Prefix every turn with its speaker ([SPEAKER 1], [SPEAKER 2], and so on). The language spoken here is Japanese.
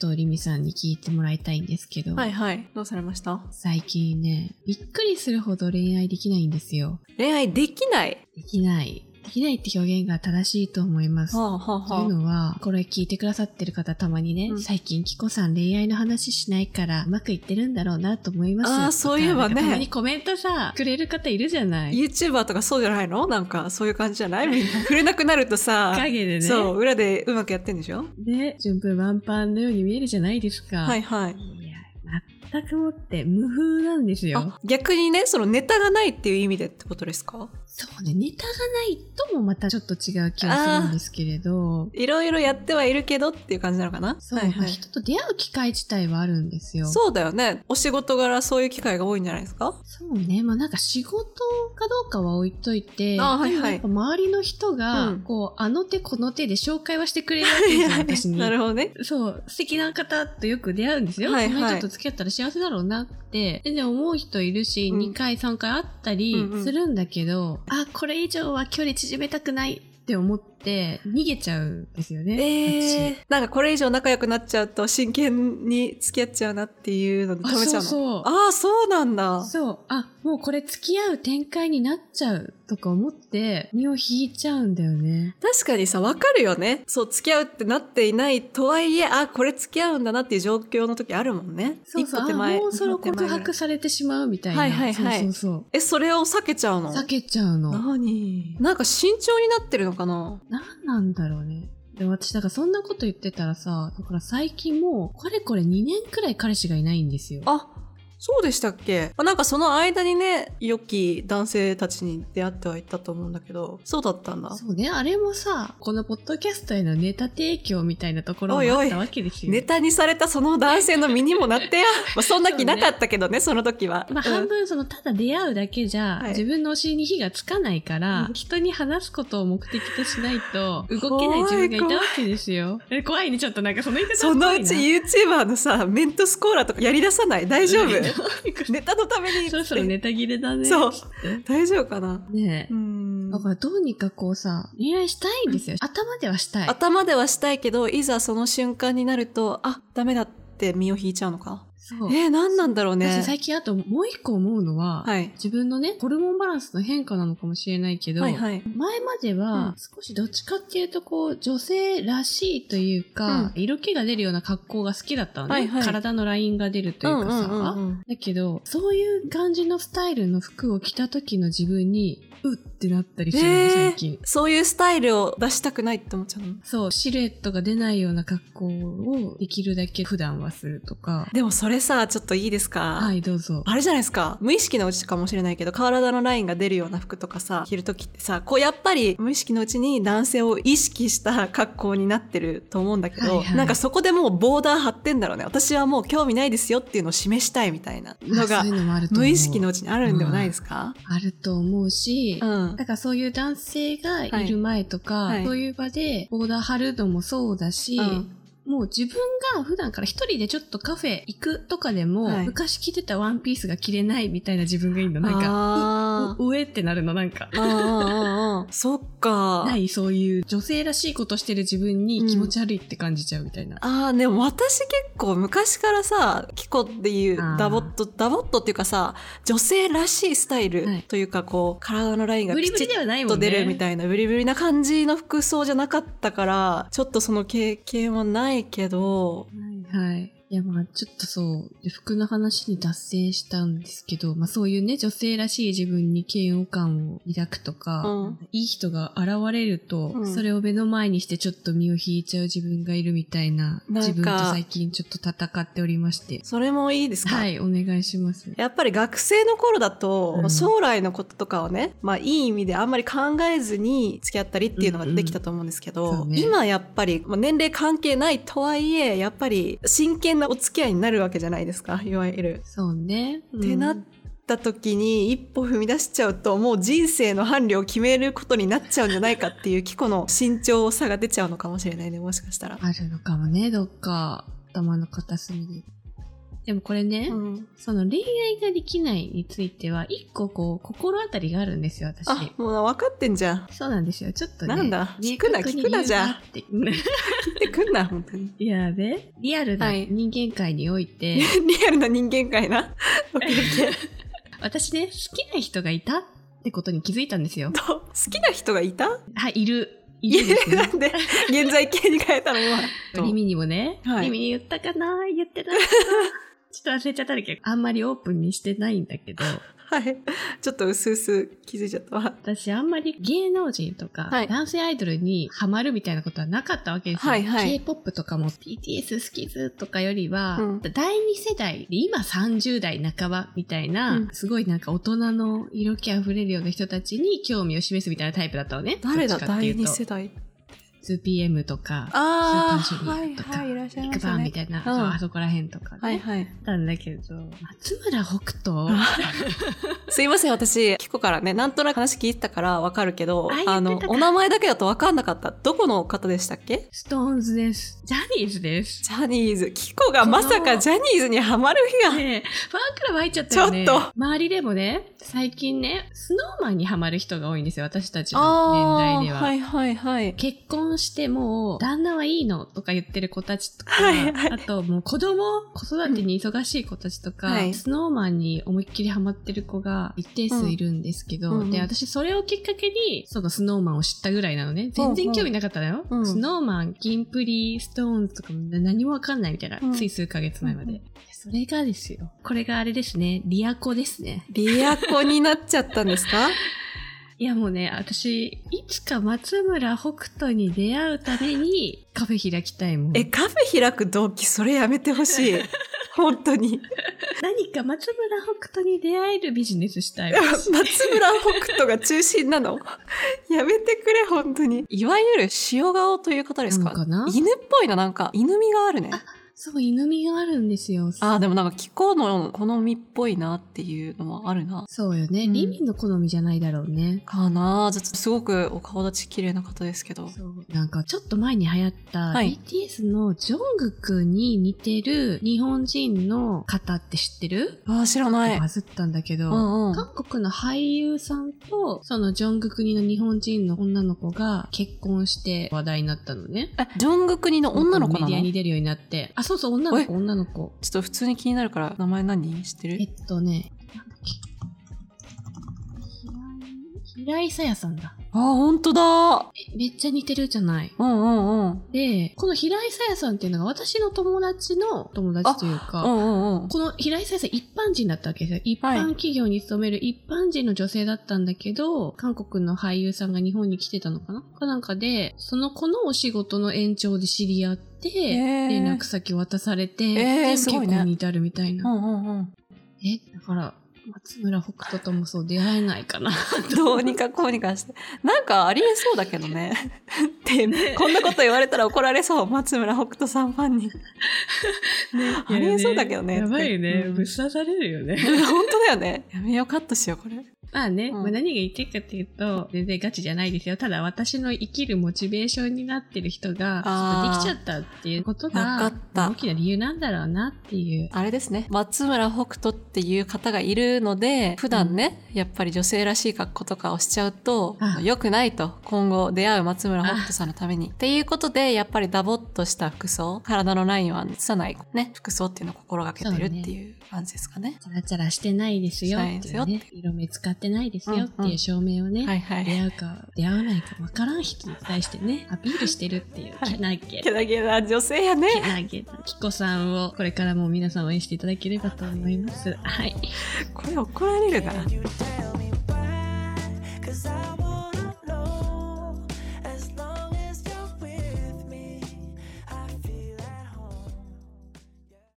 [SPEAKER 1] とりみさんに聞いてもらいたいんですけど、
[SPEAKER 2] はいはい。どうされました
[SPEAKER 1] 最近ね、びっくりするほど恋愛できないんですよ。
[SPEAKER 2] 恋愛できない。
[SPEAKER 1] できない。できないって表現が正しいと思います。
[SPEAKER 2] はあはあ
[SPEAKER 1] という
[SPEAKER 2] は
[SPEAKER 1] のは、これ聞いてくださってる方たまにね、
[SPEAKER 2] うん
[SPEAKER 1] 最近、キコさん恋愛の話しないから、うまくいってるんだろうなと思います。
[SPEAKER 2] あー
[SPEAKER 1] とか
[SPEAKER 2] そういえば
[SPEAKER 1] なん
[SPEAKER 2] ね
[SPEAKER 1] かたまにコメントさ、くれる方いるじゃな
[SPEAKER 2] あ。
[SPEAKER 1] い。
[SPEAKER 2] YouTuber とかそうじゃないのなんかそういう感じじゃないみんな。触れなくなるとさ、
[SPEAKER 1] 影でね。
[SPEAKER 2] そう、裏でうまくやってんでしょ
[SPEAKER 1] で、順風満帆のように見えるじゃないですか。
[SPEAKER 2] はい
[SPEAKER 1] い
[SPEAKER 2] はい。
[SPEAKER 1] や、全くもって無風なんですよ
[SPEAKER 2] あ。逆にね、そのネタがないっていう意味でってことですか
[SPEAKER 1] そうね、ネタがないともまたちょっと違う気がするんですけれど、
[SPEAKER 2] いろいろやってはいるけどっていう感じなのかな
[SPEAKER 1] そう、
[SPEAKER 2] はいは
[SPEAKER 1] まあ
[SPEAKER 2] い。
[SPEAKER 1] 人と出会う機会自体はあるんですよ。
[SPEAKER 2] そうだよね。お仕事柄そういう機会が多いんじゃないですか
[SPEAKER 1] そうね。まあなんか仕事かどうかは置いといて、
[SPEAKER 2] あはい
[SPEAKER 1] でも
[SPEAKER 2] はい
[SPEAKER 1] やっぱ周りの人が、
[SPEAKER 2] うん
[SPEAKER 1] こう、あの手この手で紹介はしてくれるわけ ですよ、私に。
[SPEAKER 2] なるほどね。
[SPEAKER 1] そう、素敵な方とよく出会うんですよ。
[SPEAKER 2] はい
[SPEAKER 1] そ
[SPEAKER 2] はい
[SPEAKER 1] の人と付き合ったら幸せだろうなって、全然思う人いるし、
[SPEAKER 2] うん
[SPEAKER 1] 2回、3回会ったり
[SPEAKER 2] うんうん
[SPEAKER 1] するんだけど、あ、これ以上は距離縮めたくないって思って、逃げちゃうんですよ
[SPEAKER 2] え
[SPEAKER 1] ね。
[SPEAKER 2] えなんかこれ以上仲良くなっちゃうと真剣に付き合っちゃうなっていうので
[SPEAKER 1] 私
[SPEAKER 2] 止めち
[SPEAKER 1] あ、そ
[SPEAKER 2] ゃうの。
[SPEAKER 1] うそう。
[SPEAKER 2] ああ、そうなんだ。
[SPEAKER 1] そう。あ、もうこれ付き合う展開になっちゃうとか思って、身を引いちゃうんだよね。
[SPEAKER 2] 確かにさ、わかるよね。そう、付き合うってなっていないとはいえ、あ、これ付き合うんだなっていう状況の時あるもんね。
[SPEAKER 1] そうそう。あ
[SPEAKER 2] 一歩手前。
[SPEAKER 1] もうそれを
[SPEAKER 2] 二歩手
[SPEAKER 1] 告
[SPEAKER 2] 前ぐらい
[SPEAKER 1] 白されてしまうみたいな。
[SPEAKER 2] はいはいはい
[SPEAKER 1] そうそう
[SPEAKER 2] え、それを避けちゃう
[SPEAKER 1] そう。
[SPEAKER 2] の
[SPEAKER 1] 避けちゃうの。
[SPEAKER 2] 何なんか慎重になってるのかな
[SPEAKER 1] なんなんだろうね。で私、だからそんなこと言ってたらさ、だから最近もう、かれこれ2年くらい彼氏がいないんですよ。
[SPEAKER 2] あ、そうでしたっけあなんかその間にね、良き男性たちに出会ってはいたと思うんだけど、そうだったんだ。
[SPEAKER 1] そうね、あれもさ、このポッドキャストへのネタ提供みたいなところも
[SPEAKER 2] おいおい
[SPEAKER 1] あったわけですよ。
[SPEAKER 2] ネタにされたその男性の身にもな ってや。まあそんな気なかったけどね、その時は。
[SPEAKER 1] まあ、
[SPEAKER 2] うん
[SPEAKER 1] 半分その、ただ出会うだけじゃ、
[SPEAKER 2] はい
[SPEAKER 1] 自分のお尻に火がつかないから、
[SPEAKER 2] うん
[SPEAKER 1] 人に話すことを目的としない と、動けない自分がいたわけですよ。え怖いね、ちょっとなんかその言い方
[SPEAKER 2] その
[SPEAKER 1] 怖
[SPEAKER 2] う
[SPEAKER 1] いな
[SPEAKER 2] ち YouTuber のさ、メントスコーラとかやり出さない大丈夫ネタのために
[SPEAKER 1] そろそろネタ切れだね。
[SPEAKER 2] そう
[SPEAKER 1] つって
[SPEAKER 2] 大丈夫かな
[SPEAKER 1] ねえ
[SPEAKER 2] う。ん
[SPEAKER 1] だからどうにかこうさ、恋愛したいんですよ。頭ではしたい。
[SPEAKER 2] 頭ではしたいけど、いざその瞬間になると、あ、ダメだって身を引いちゃうのか。
[SPEAKER 1] そう。
[SPEAKER 2] えー、何なんだろうね
[SPEAKER 1] 私。最近あともう一個思うのは、
[SPEAKER 2] はい。
[SPEAKER 1] 自分のね、ホルモンバランスの変化なのかもしれないけど、
[SPEAKER 2] はいはい。
[SPEAKER 1] 前まで
[SPEAKER 2] う
[SPEAKER 1] は
[SPEAKER 2] ん
[SPEAKER 1] 少しどっちかっていうとこう女性らしいというか、色気が出るような格好が好きだったのね、
[SPEAKER 2] はいはい
[SPEAKER 1] 体のラインが出るというかさ、
[SPEAKER 2] うんうんうんうん
[SPEAKER 1] だけどそういう感じのスタイルの服を着た時の自分にうってなったりしてるの、
[SPEAKER 2] え
[SPEAKER 1] 最近
[SPEAKER 2] ー、そういうスタイルを出したくないって思っちゃうの
[SPEAKER 1] そうシルエットが出ないような格好をできるだけ普段はするとか
[SPEAKER 2] でもそれさ、ちょっといいですか
[SPEAKER 1] はいどうぞ
[SPEAKER 2] あれじゃないですか無意識のうちかもしれないけど体のラインが出るような服とかさ着る時ってさこうやっぱり無意識のうちに男性を意識した格好になってると思うんだけど、
[SPEAKER 1] はいはい
[SPEAKER 2] なんかそこでもうボーダー張ってんだろうね私はもう興味ないですよっていうのを示したいみたいなの
[SPEAKER 1] あ
[SPEAKER 2] が
[SPEAKER 1] そういうのもあると思う
[SPEAKER 2] 無意識のうちにあるんではないですか、
[SPEAKER 1] あると思うし、
[SPEAKER 2] うん
[SPEAKER 1] だからそういう男性がいる前とか、
[SPEAKER 2] はいはい
[SPEAKER 1] そういう場でボーダー張るのもそうだし、
[SPEAKER 2] うん
[SPEAKER 1] もう自分が普段から一人でちょっとカフェ行くとかでも、
[SPEAKER 2] はい
[SPEAKER 1] 昔着てたワンピースが着れないみたいな自分がいるの。なんか、
[SPEAKER 2] あー
[SPEAKER 1] う上ってなるの、なんか。
[SPEAKER 2] うんうんうんうんそっか
[SPEAKER 1] ないそういう女性らしいことしてる自分に気持ち悪いって感じちゃうみたいな。
[SPEAKER 2] ああ、でも私結構昔からさ、キコっていう
[SPEAKER 1] あー
[SPEAKER 2] ダボっと、ダボっとっていうかさ、女性らしいスタイル
[SPEAKER 1] はい
[SPEAKER 2] というか、こう、体のラインが
[SPEAKER 1] ブ
[SPEAKER 2] ピ
[SPEAKER 1] リブ
[SPEAKER 2] チ
[SPEAKER 1] リで
[SPEAKER 2] ッ
[SPEAKER 1] はないも
[SPEAKER 2] と
[SPEAKER 1] んね。
[SPEAKER 2] 出るみたいな、ブリブリな感じの服装じゃなかったから、ちょっとその経験はないけど、
[SPEAKER 1] はいはい。いや、まあ、ちょっとそう、服の話に脱線したんですけど、まあ、そういうね、女性らしい自分に嫌悪感を抱くとか、
[SPEAKER 2] うん
[SPEAKER 1] いい人が現れると、
[SPEAKER 2] うん
[SPEAKER 1] それを目の前にしてちょっと身を引いちゃう自分がいるみたいな、
[SPEAKER 2] なんか
[SPEAKER 1] 自分と最近ちょっと戦っておりまして。
[SPEAKER 2] それもいいですか
[SPEAKER 1] はい、お願いします。
[SPEAKER 2] やっぱり学生の頃だと、
[SPEAKER 1] うん
[SPEAKER 2] 将来のこととかをね、まあいい意味であんまり考えずに付き合ったりっていうのができたと思うんですけ
[SPEAKER 1] う
[SPEAKER 2] ど、
[SPEAKER 1] んうんそうね
[SPEAKER 2] 今やっぱり、まあ、年齢関係ないとはいえ、やっぱり真剣なお付き合いになるわけじゃないですか、いわゆる。
[SPEAKER 1] そうね。うん
[SPEAKER 2] ってなった時に一歩踏み出しちゃうと、もう人生の伴侶を決めることになっちゃうんじゃないかっていう、キコの慎重さが出ちゃうのかもしれないね、もしかしたら。
[SPEAKER 1] あるのかもね、どっか、頭の片隅に。でもこれね、
[SPEAKER 2] うん、
[SPEAKER 1] その恋愛ができないについては、一個こう、心当たりがあるんですよ、私。
[SPEAKER 2] あもう分かってんじゃん
[SPEAKER 1] そうなんですよ。ちょっとね。
[SPEAKER 2] なんだ
[SPEAKER 1] 明
[SPEAKER 2] 聞くな
[SPEAKER 1] 確に
[SPEAKER 2] 聞く
[SPEAKER 1] 理由が
[SPEAKER 2] な
[SPEAKER 1] あ
[SPEAKER 2] じゃあ
[SPEAKER 1] って。
[SPEAKER 2] 聞いてくんな本当に
[SPEAKER 1] いやべ。リアルな
[SPEAKER 2] はい
[SPEAKER 1] 人間界において、
[SPEAKER 2] リアルな人間界な オッケーオッケー
[SPEAKER 1] 私ね、好きな人がいたってことに気づいたん ですよ。
[SPEAKER 2] と好きな人がいた
[SPEAKER 1] はい、いる。い
[SPEAKER 2] い
[SPEAKER 1] るです
[SPEAKER 2] やな
[SPEAKER 1] ね。
[SPEAKER 2] んで現在形に変えたの
[SPEAKER 1] リ
[SPEAKER 2] 今
[SPEAKER 1] ミにもね、
[SPEAKER 2] はい
[SPEAKER 1] リミに言ったかな言って ないかなちょっと忘れちゃったんだけど、あんまりオープンにしてないんだけど、
[SPEAKER 2] はいちょっとうすうす気づいちゃったわ
[SPEAKER 1] 私あんまり芸能人とか、
[SPEAKER 2] はい
[SPEAKER 1] 男性アイドルにハマるみたいなことはなかったわけですよ。
[SPEAKER 2] はいはい
[SPEAKER 1] K-POP とかも BTS 好きずとかよりは、
[SPEAKER 2] うん
[SPEAKER 1] 第二世代で今30代半ばみたいな、
[SPEAKER 2] うん
[SPEAKER 1] すごいなんか大人の色気あふれるような人たちに興味を示すみたいなタイプだったのね。
[SPEAKER 2] 誰
[SPEAKER 1] どっ
[SPEAKER 2] だ
[SPEAKER 1] ちかってい
[SPEAKER 2] 第
[SPEAKER 1] うと
[SPEAKER 2] 二世代
[SPEAKER 1] 2PM とか、
[SPEAKER 2] あー
[SPEAKER 1] スーパージュニアとか、
[SPEAKER 2] はいはいいらっしゃいま
[SPEAKER 1] ビッ
[SPEAKER 2] し
[SPEAKER 1] グバ
[SPEAKER 2] た
[SPEAKER 1] ン
[SPEAKER 2] ね
[SPEAKER 1] みたいな、
[SPEAKER 2] ん
[SPEAKER 1] そうあそこら辺とかね、
[SPEAKER 2] はいはい
[SPEAKER 1] だったんだけど、松村北斗、
[SPEAKER 2] あすいません、私、キコからね、なんとなく話聞いてたからわかるけど
[SPEAKER 1] あ言っ、てた
[SPEAKER 2] あの、お名前だけだとわかんなかった。どこの方でしたっけ
[SPEAKER 1] ストーンズです。ジャニーズです。
[SPEAKER 2] ジャニーズ。キコがまさかジャニーズにハマる日が。
[SPEAKER 1] ねえ、ファンクラブ入っちゃったよね。
[SPEAKER 2] ちょっと
[SPEAKER 1] 周りでもね、最近ね、スノーマンにハマる人が多いんですよ、私たちの年
[SPEAKER 2] あ
[SPEAKER 1] 代
[SPEAKER 2] ー
[SPEAKER 1] では。
[SPEAKER 2] はいはいはい。
[SPEAKER 1] 結婚してもう、旦那はいいのとか言ってる子たちとか、
[SPEAKER 2] はいはい
[SPEAKER 1] あともう子供、子育てに忙しい子たちとか、
[SPEAKER 2] うんはい
[SPEAKER 1] スノーマンに思いっきりハマってる子が一定数いるんですけど、
[SPEAKER 2] うんうん
[SPEAKER 1] で、私それをきっかけに、そのスノーマンを知ったぐらいなのね。全然興味なかったのよ。
[SPEAKER 2] うんうん
[SPEAKER 1] スノーマン、キンプリ、ストーンズとかも何もわかんないみたいな、
[SPEAKER 2] うん
[SPEAKER 1] つい数ヶ月前まで、
[SPEAKER 2] うんう
[SPEAKER 1] それがですよ。これがあれですね、リアコですね。
[SPEAKER 2] リアコになっちゃったんですか
[SPEAKER 1] いやもうね、私、いつか松村北斗に出会うため にカフェ開きたいもん。
[SPEAKER 2] え、カフェ開く動機、それやめてほ しい。本当に。
[SPEAKER 1] 何か松村北斗に出会えるビジネスしたいわ。
[SPEAKER 2] 松村北斗が中心なの。やめてくれ、本当に。いわゆる塩顔という方です
[SPEAKER 1] なのか
[SPEAKER 2] か
[SPEAKER 1] な
[SPEAKER 2] 犬っぽいな、なんか。犬味があるね。
[SPEAKER 1] そう、犬味があるんですよ。
[SPEAKER 2] あーでもなんか気候の好みっぽいなっていうのもあるな。
[SPEAKER 1] そうよね。
[SPEAKER 2] うん
[SPEAKER 1] リミの好みじゃないだろうね。
[SPEAKER 2] かなあちょっとすごくお顔立ち綺麗な方ですけど。
[SPEAKER 1] そうなんかちょっと前に流行った
[SPEAKER 2] はい
[SPEAKER 1] BTS のジョングクに似てる日本人の方って知ってる、
[SPEAKER 2] あー知らない。
[SPEAKER 1] バズったんだけど、
[SPEAKER 2] うんうん。
[SPEAKER 1] 韓国の俳優さんとそのジョングクにの日本人の女の子が結婚して話題になったのね。
[SPEAKER 2] え、ジョングクニの女の子なの
[SPEAKER 1] メディアに
[SPEAKER 2] ちょ
[SPEAKER 1] 出るようになって。あ、そうそう、女の子、女の子。
[SPEAKER 2] っと普通に気になるから名前何知ってる
[SPEAKER 1] えっとね、なんだっけ。平井平井さやさんだ。
[SPEAKER 2] あー、ほんとだ
[SPEAKER 1] えめっちゃ似てるじゃない。
[SPEAKER 2] うんうんうん。
[SPEAKER 1] で、この平井さやさんっていうのが私の友達の友達という
[SPEAKER 2] う
[SPEAKER 1] か、
[SPEAKER 2] んうんうん。
[SPEAKER 1] この平井さやさん一般人だったわけですよ。一
[SPEAKER 2] はい
[SPEAKER 1] 般企業に勤める一般人の女性だったんだけど、韓国の俳優さんが日本に来てたのかなかなんかで、その子のお仕事の延長で知り合って、
[SPEAKER 2] へー
[SPEAKER 1] 連絡先渡されて、
[SPEAKER 2] えー
[SPEAKER 1] です結
[SPEAKER 2] ごいね
[SPEAKER 1] 婚に至るみたいな
[SPEAKER 2] う。んうんうん。
[SPEAKER 1] え、だから、松村北斗ともそう出会えないか な。
[SPEAKER 2] どうにかこうにかして。なんかありえそうだけどね。って、こんなこと言われたら怒られそう。松村北斗さんファンに。 ありえそうだけどね。
[SPEAKER 1] やばいよね。
[SPEAKER 2] うん
[SPEAKER 1] ぶっ刺されるよね。
[SPEAKER 2] 本当だよね。やめよう、カットしよう、これ。
[SPEAKER 1] まあね、
[SPEAKER 2] うん
[SPEAKER 1] まあ、何が言いたいかっていうと、全然ガチじゃないですよ。ただ私の生きるモチベーションになってる人が、
[SPEAKER 2] あー
[SPEAKER 1] ちょっとできちゃったっていうこと
[SPEAKER 2] わか
[SPEAKER 1] が
[SPEAKER 2] っ、た
[SPEAKER 1] 大きな理由なんだろうなっていう。
[SPEAKER 2] あれですね。松村北斗っていう方がいるので、普段ね、やっぱり女性らしい格好とかをしちゃうと
[SPEAKER 1] あ、
[SPEAKER 2] 良くないと。今後出会う松村北斗さんのために。っていうことで、やっぱりダボっとした服装、体のラインは映さない、ね、服装っていうのを心がけてるっていう感じですかね。
[SPEAKER 1] チャラチャラしてないですよって
[SPEAKER 2] し
[SPEAKER 1] い
[SPEAKER 2] な
[SPEAKER 1] う
[SPEAKER 2] いで
[SPEAKER 1] ね。色目使ってないですよって
[SPEAKER 2] うん
[SPEAKER 1] いううん証明をね、
[SPEAKER 2] はいは
[SPEAKER 1] 出
[SPEAKER 2] い。
[SPEAKER 1] 会うか出会わないかわからん人に対してね、アピールしてるっていう、
[SPEAKER 2] はい
[SPEAKER 1] けなげ
[SPEAKER 2] けなげな女性やね。
[SPEAKER 1] なげなきこさんをこれからも皆さん応援していただければと思います。はい。
[SPEAKER 2] これ怒られるな。
[SPEAKER 3] Can you tell me why? 'Cause I